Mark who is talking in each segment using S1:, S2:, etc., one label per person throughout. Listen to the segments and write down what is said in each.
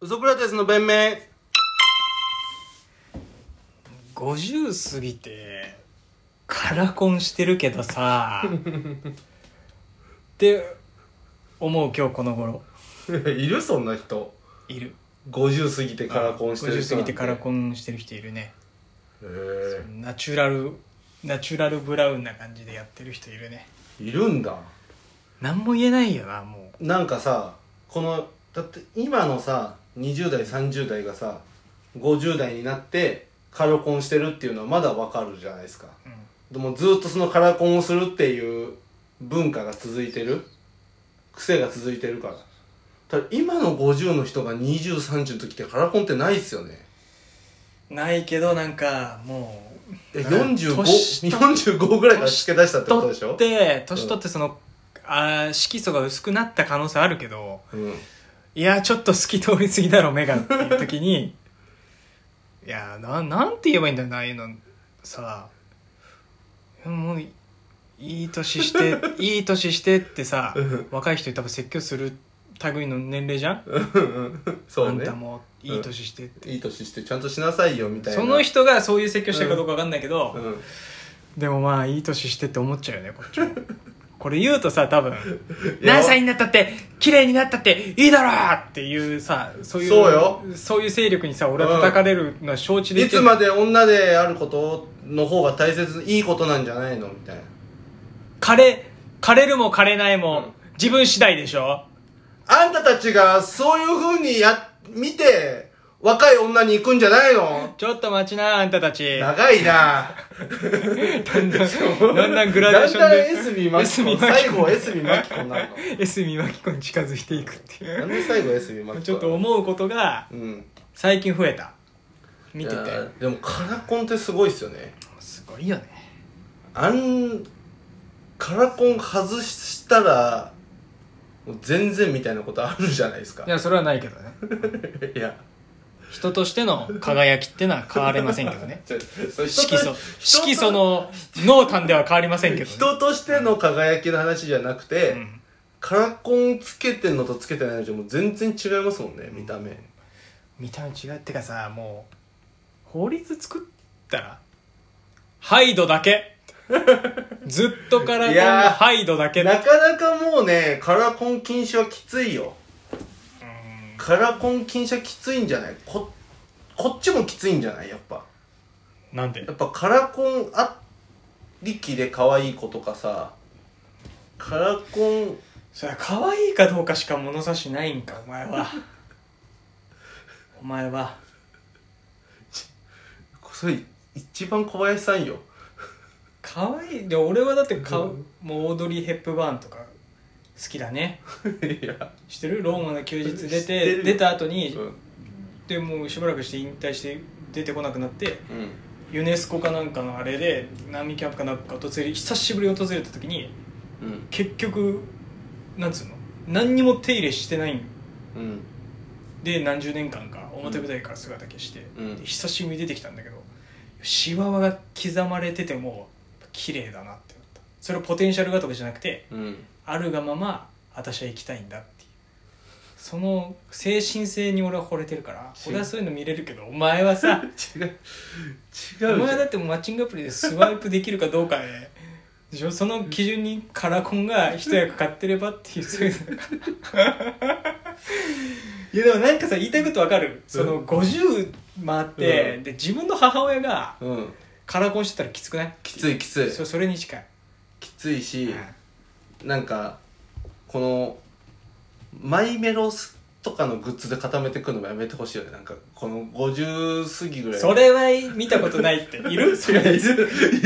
S1: ウソクラテスの弁明
S2: 50過ぎてカラコンしてるけ どさって思う今日この頃
S1: いるそんな人
S2: いる
S1: 50過ぎてカラコンしてる
S2: 50
S1: 人
S2: 過
S1: なん
S2: ぎてカラコンしてる人いるね
S1: へえ
S2: ナチュラルナチュラルブラウンな感じでやってる人いるね
S1: いるんだ
S2: 何も言えないよなも
S1: なんかさこのだって今のさ20代30代がさ50代になってカラコンしてるっていうのはまだわかるじゃないですか
S2: う、うん
S1: でもずっとそのカラコンをするっていう文化が続いてる癖が続いてるからただ今の50の人が2030の時ってカラコンってないっすよね
S2: ないけどなんかもう
S1: え
S2: うん
S1: 45
S2: 年取っ
S1: 45ぐらいから付け出したってこと
S2: 取
S1: でしょ
S2: って年取ってその、あー色素が薄くなった可能性あるけど
S1: うん
S2: いやちょっと透き通り過ぎだろ目がっていう時にいやななんて言えばいいんだよなああいうのさもういいい年して いい年してってさ
S1: うん
S2: 若い人に多分説教する類の年齢じゃん、
S1: そ
S2: あ
S1: うんね
S2: たもいい年して、
S1: いい年してちゃんとしなさいよみたいな
S2: その人がそういう説教してるかどうか分かんないけど、
S1: うん
S2: でもまあいい年してって思っちゃうよねこっちもこれ言うとさ多分
S1: いや
S2: 何歳になったって綺麗になったっていいだろうっていうさそういう
S1: そうよ
S2: そういう勢力にさ俺は叩かれるのは承知
S1: い
S2: で言って
S1: つ
S2: る
S1: まで女であることの方が大切いいことなんじゃないのみたいな
S2: 枯れ枯れるも枯れない
S1: う
S2: も、
S1: ん
S2: 自分次第でしょ
S1: あんたたちがそういう風にや見て若い女に行くんじゃないの
S2: ちょっと待ちなあんたたち
S1: 長いな
S2: だんだん だんだんグラデーション
S1: だんだんエスビーマ
S2: で
S1: キコ
S2: マキ
S1: 最
S2: コ
S1: 後エスビーマキコになるの
S2: S ミマキコに近づいていくってい
S1: なんで最後エスビーマキ
S2: う
S1: コ
S2: ちょっと思うことが
S1: うん
S2: 最近増えた見てて
S1: いやでもカラコンってすごいっすよね
S2: すごいよね
S1: あんカラコン外したらもう全然みたいなことあるじゃないですか
S2: いやそれはないけど ね
S1: いや
S2: 人としての輝きってのは変われませんけどね
S1: ちょそれ人と
S2: 色素
S1: 人と
S2: 色素の濃淡では変わりませんけどね、
S1: 人としての輝きの話じゃなくて、
S2: うん
S1: カラコンつけてんのとつけてないのじゃもう全然違いますもんね見た目、
S2: 見た目違うってかさもう法律作ったらハイドだけ ずっとからこ
S1: い
S2: の
S1: やー
S2: ハイドだけ
S1: なかなかもうねカラコン禁止はきついよ
S2: うん
S1: カラコン禁止はきついんじゃないここっちもきついんじゃないやっぱ
S2: なんで
S1: やっぱカラコンありきで可愛い子とかさカラコン
S2: そりゃ可愛いかどうかしか物差しないんかお前はお前は
S1: それ一番小林さんよ
S2: 可愛いで俺はだってか、
S1: うん
S2: もうオードリー・ヘップバーンとか好きだね
S1: いや、
S2: 知ってるローマの休日出
S1: 知ってる
S2: て
S1: よ
S2: 出た後に、
S1: うん
S2: でもうしばらくして引退して出てこなくなってユネスコかなんかのあれで難民キャンプかなんか訪れ久しぶりに訪れた時に
S1: うん
S2: 結局なんつうの何にも手入れしてないん
S1: うん
S2: で何十年間か表舞台から姿消して、
S1: うん
S2: で久しぶりに出てきたんだけどシワワが刻まれてても綺麗だなって思ったそれはポテンシャルがとかじゃなくて
S1: うん
S2: あるがまま私は生きたいんだっていうその精神性に俺は惚れてるから
S1: し
S2: 俺はそういうの見れるけどお前 はさ
S1: 違う違うじゃ
S2: お
S1: ん
S2: 前だってもうマッチングアプリでスワイプできるかどうかででしょその基準にカラコンが一役買ってればっていうそう いうのがいやでもなんかさ言いたいことわかるその50回って、
S1: うん
S2: で自分の母親が
S1: うん
S2: カラコンしてたらきつくない
S1: きついきつい
S2: そそれに近い、
S1: きついし、
S2: うん
S1: なんかこのマイメロスとかのグッズで固めてくるのもやめてほしいよねなんかこの50過ぎぐらい
S2: それは見たことないって いるそ
S1: い
S2: れ
S1: やいるい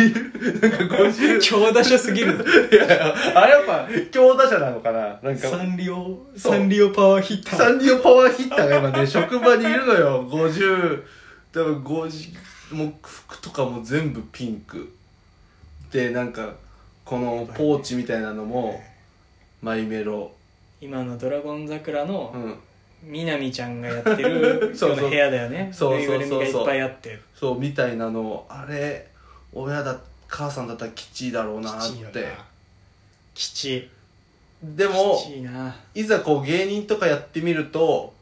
S1: る なんか50
S2: 強打者すぎ る
S1: いやいやあれやっぱ強打者なのかななんか
S2: サンリオ
S1: そう
S2: サンリオパワーヒッタ
S1: サ
S2: ー
S1: ンリオパワーヒッターが今ね職場にいるのよ50多分50もう服とかも全部ピンクでなんかこのポーチみたいなのもマイメロ
S2: 今の「ドラゴン桜」
S1: う
S2: の
S1: ん
S2: みなみちゃんがやってる
S1: そうそう
S2: ような部屋だよね
S1: そう
S2: ぬい
S1: そ
S2: ぐ
S1: う
S2: る
S1: そうそう
S2: みがいっぱいあって
S1: そうみたいなのあれ親だ母さんだったらきちいだろうなっ
S2: 吉いよな
S1: て
S2: 吉
S1: でも
S2: 吉いない
S1: ざこう芸人とかやってみると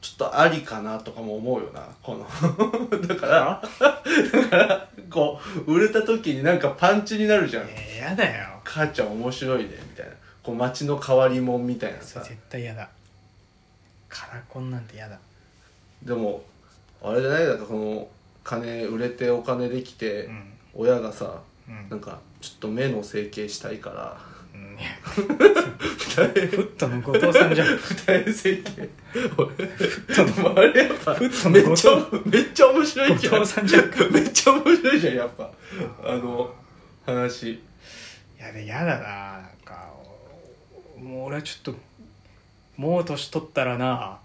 S1: ちちょっとありかなとかも思うよなこの だからだからこう売れた時になんかパンチになるじゃん
S2: えー、やだよ
S1: 母ちゃん面白いねみたいなこう街の変わり者みたいな
S2: そ
S1: さ
S2: れ絶対やだカラコンなんてやだ
S1: でもあれじゃないだからこの金売れてお金できて、
S2: うん
S1: 親がさ
S2: う
S1: なん
S2: ん、
S1: かちょっと目の整形したいから
S2: うん、
S1: 二重
S2: フットの後藤さんじゃん
S1: 二重整形俺でもあれやっぱ
S2: ふっと
S1: め
S2: ね
S1: っちゃめっちゃ面白いじゃ
S2: 後
S1: ん
S2: 藤さんじゃん
S1: めっちゃ面白いじゃんやっぱあの話
S2: いやでやだななんかもう俺はちょっともう年取ったらな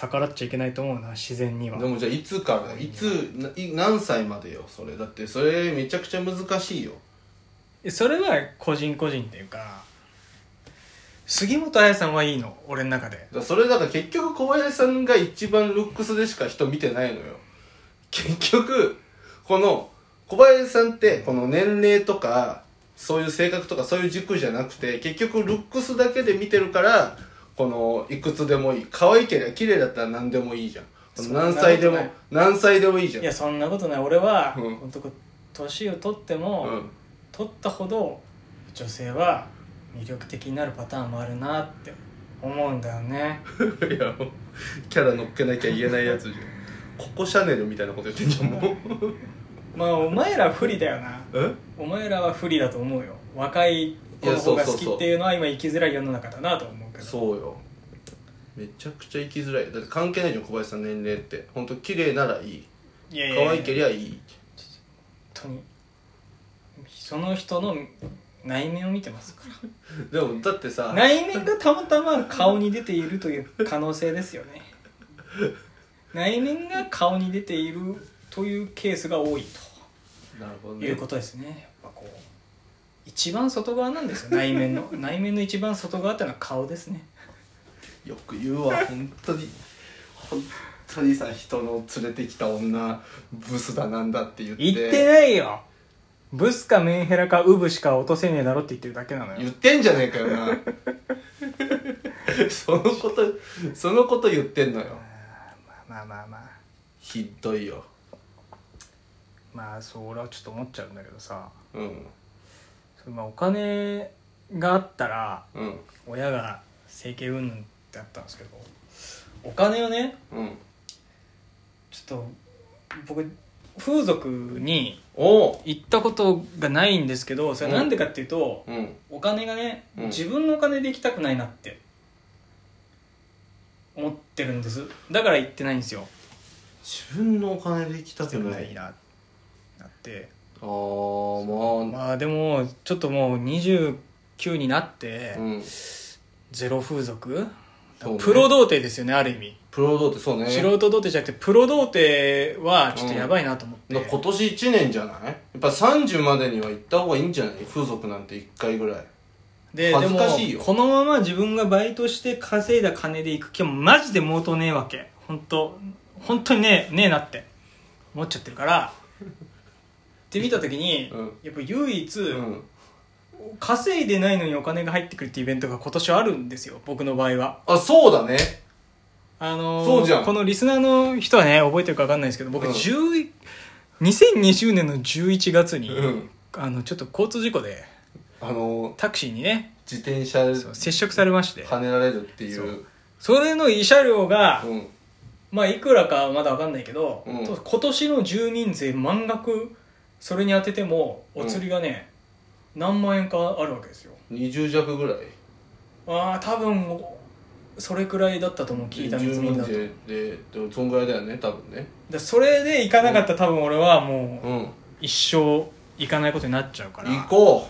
S2: 逆らっちゃいけないと思うな自然には
S1: でもじゃあいつからいつない何歳までよそれだってそれめちゃくちゃ難しいよ
S2: それは個人個人っていうか杉本彩さんはいいの俺の中で
S1: だからそれだから結局小林さんが一番ルックスでしか人見てないのよ結局この小林さんってこの年齢とかそういう性格とかそういう軸じゃなくて結局ルックスだけで見てるからこのいくつでもいい可愛ければ綺麗だったら何でもいいじゃんこの何歳でも
S2: そんなこ
S1: 何歳でもいいじゃん
S2: いやそんなことない俺は、
S1: うん
S2: 本当こう年を取って
S1: う
S2: も、
S1: ん、
S2: 取ったほど女性は魅力的になるパターンもあるなって思うんだよね
S1: いやもうキャラ乗っけなきゃ言えないやつじゃんココシャネルみたいなこと言ってんじゃんもう
S2: まあお前ら不利だよな
S1: え
S2: お前らは不利だと思うよ若い子の方が好きっていうのは今生きづらい世の中だなと思うけど
S1: そうよめちゃくちゃ生きづらいだって関係ないじゃん小林さん年齢って本当綺麗ならいい
S2: いやいやいや
S1: 可愛けりゃいい
S2: 本当にその人の内面を見てますか
S1: でもだって
S2: ら
S1: さ
S2: 内面がたまたま顔に出ているという可能性ですよね内面が顔に出ているというケースが多い
S1: なるほど
S2: とい
S1: ね
S2: うことですねやっぱこう一番外側なんですよ内面 の内面の一番外側ってのは顔ですね
S1: よく言うわ本当に本当にさ人の連れてきた女ブスだなんだって言って
S2: 言ってないよブスかメンヘラかウブしか落とせねえだろって言ってるだけなのよ
S1: 言ってんじゃねえか よなそのことそのこと言ってんのよ
S2: まあまあまあ
S1: ひどいよ
S2: まあそう俺はちょっと思っちゃうんだけどさ
S1: うん
S2: それまあお金があったら
S1: うん
S2: 親が整形云々ってあったんですけどお金をね
S1: うん
S2: ちょっと僕風俗に
S1: おう
S2: 行ったことがないんですけどそれなんでかっていうと、
S1: うん
S2: お金がね、
S1: うん
S2: 自分のお金で行きたくないなって思ってるんですだから行ってないんですよ
S1: 自分のお金で行きたくない
S2: ななって
S1: あーまあ、
S2: まあでもちょっともう29になって、
S1: うん
S2: ゼロ風俗、
S1: そうね
S2: プロ童貞ですよねある意味、
S1: プロ童貞そうね
S2: 素人童貞じゃなくてプロ童貞はちょっとやばいなと思って、
S1: だから今年1年じゃないやっぱ30までには行った方がいいんじゃない風俗なんて1回ぐらい
S2: で
S1: 恥ずかしい
S2: で
S1: よ
S2: もこのまま自分がバイトして稼いだ金で行く気もマジで毛頭ねえわけ本当本当にねえねえなって思っちゃってるからって見た時に、
S1: うん
S2: やっぱ唯一、
S1: うん
S2: 稼いでないのにお金が入ってくるってイベントが今年はあるんですよ僕の場合は
S1: あそうだね
S2: あのー
S1: そうじゃん
S2: このリスナーの人はね覚えてるか分かんないですけど僕、
S1: うん
S2: 10 2020年の11月に、
S1: うん
S2: あのちょっと交通事故で
S1: あの
S2: タクシーにね
S1: 自転車で
S2: そう接触されまして
S1: 跳ねられるっていう
S2: そうそれの慰謝料が、
S1: うん
S2: まあいくらかはまだ分かんないけど、
S1: うん
S2: 今年の住民税満額それに当ててもお釣りがね、何万円かあるわけですよ
S1: 20弱ぐらい
S2: ああ多分おそれくらいだったと思う聞いた見積もりだと
S1: 住民税ででもそんぐらいだよね多分ね
S2: でそれで行かなかったら多分俺はもう
S1: うん
S2: 一生行かないことになっちゃうから
S1: 行こ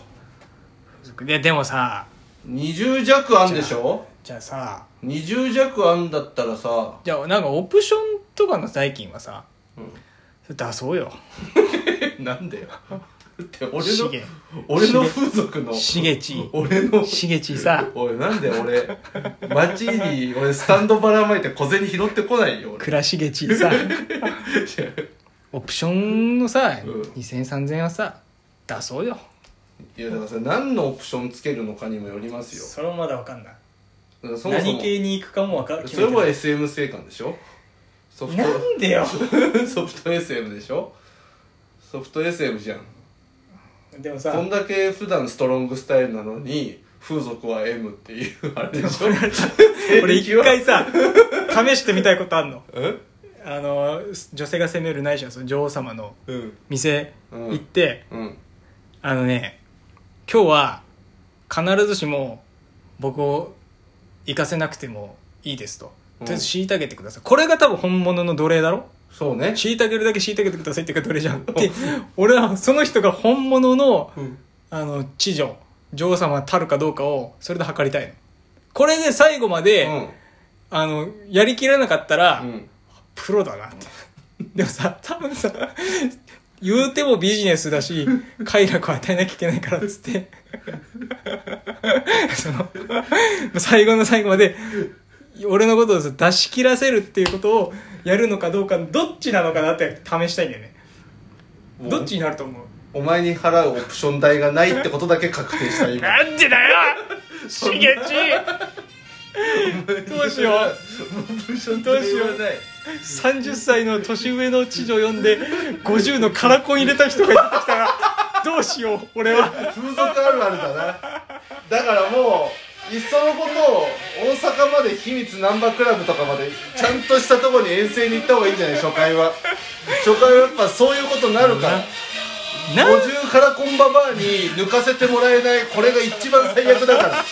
S2: ででもさ
S1: う20弱あんでしょ
S2: じゃあさ
S1: 20弱あんだったら さ、
S2: じゃあなんかオプションとかの代金はさ
S1: う
S2: 出そうよ
S1: ん、なんでよだ って俺
S2: し
S1: の
S2: げ
S1: 俺の風俗の
S2: しげち
S1: 俺の
S2: しげちさ
S1: おいなんで俺街に俺スタンドばらまいて小銭拾ってこないよ
S2: 倉しげちさ
S1: 俺違う
S2: オプションのさ
S1: うん
S2: 20003000はさ出そうよ
S1: いやだからさ何のオプションつけるのかにもよりますよ
S2: それもまだわかんない
S1: だからそもそも
S3: 何系に行くかもわか
S1: それも
S3: ない
S1: SM 性感でしょソフト
S3: なんでよ
S1: ソフト SM でしょソフト SM じゃん
S3: でもさ
S1: こんだけ普段ストロングスタイルなのに風俗は M っていうあれでしょ
S2: 俺一回さ試してみたいことあんの
S1: え
S2: あの女性が攻めるないしはその女王様の
S1: うん
S2: 店行って、
S1: うん
S2: あのね今日は必ずしも僕を行かせなくてもいいですと
S1: う
S2: と
S1: ん
S2: りあえず虐げてください、これが多分本物の奴隷だろ
S1: そうね
S2: 虐げるだけ虐げてくださいっていうか奴隷じゃんって俺はその人が本物の
S1: うん
S2: あの知女女王様たるかどうかをそれで測りたいのこれで最後まで、あのやりきらなかったら、
S1: うん
S2: プロだなって。でもさ、多分さ、言うてもビジネスだし、快楽を与えなきゃいけないからっつって、 その、最後の最後まで、俺のことを出し切らせるっていうことをやるのかどうか、どっちなのかなって試したいんだよね。
S1: うん
S2: どっちになると思う
S1: お前に払うオプション代がないってことだけ確定した今
S2: なんでだよしげち どうしよ
S1: オプション
S2: どうしよう
S1: ない
S2: !30 歳の年上の知女呼んで、50のカラコン入れた人が出てきたら、どうしよう、俺は。
S1: 風俗あるあるだなだからもういっそのことを大阪まで秘密ナンバークラブとかまでちゃんとしたとこに遠征に行った方がいいんじゃない初回 は初回はやっぱそういうことになるから
S2: なん
S1: 50からこんばばあに抜かせてもらえないこれが一番最悪だから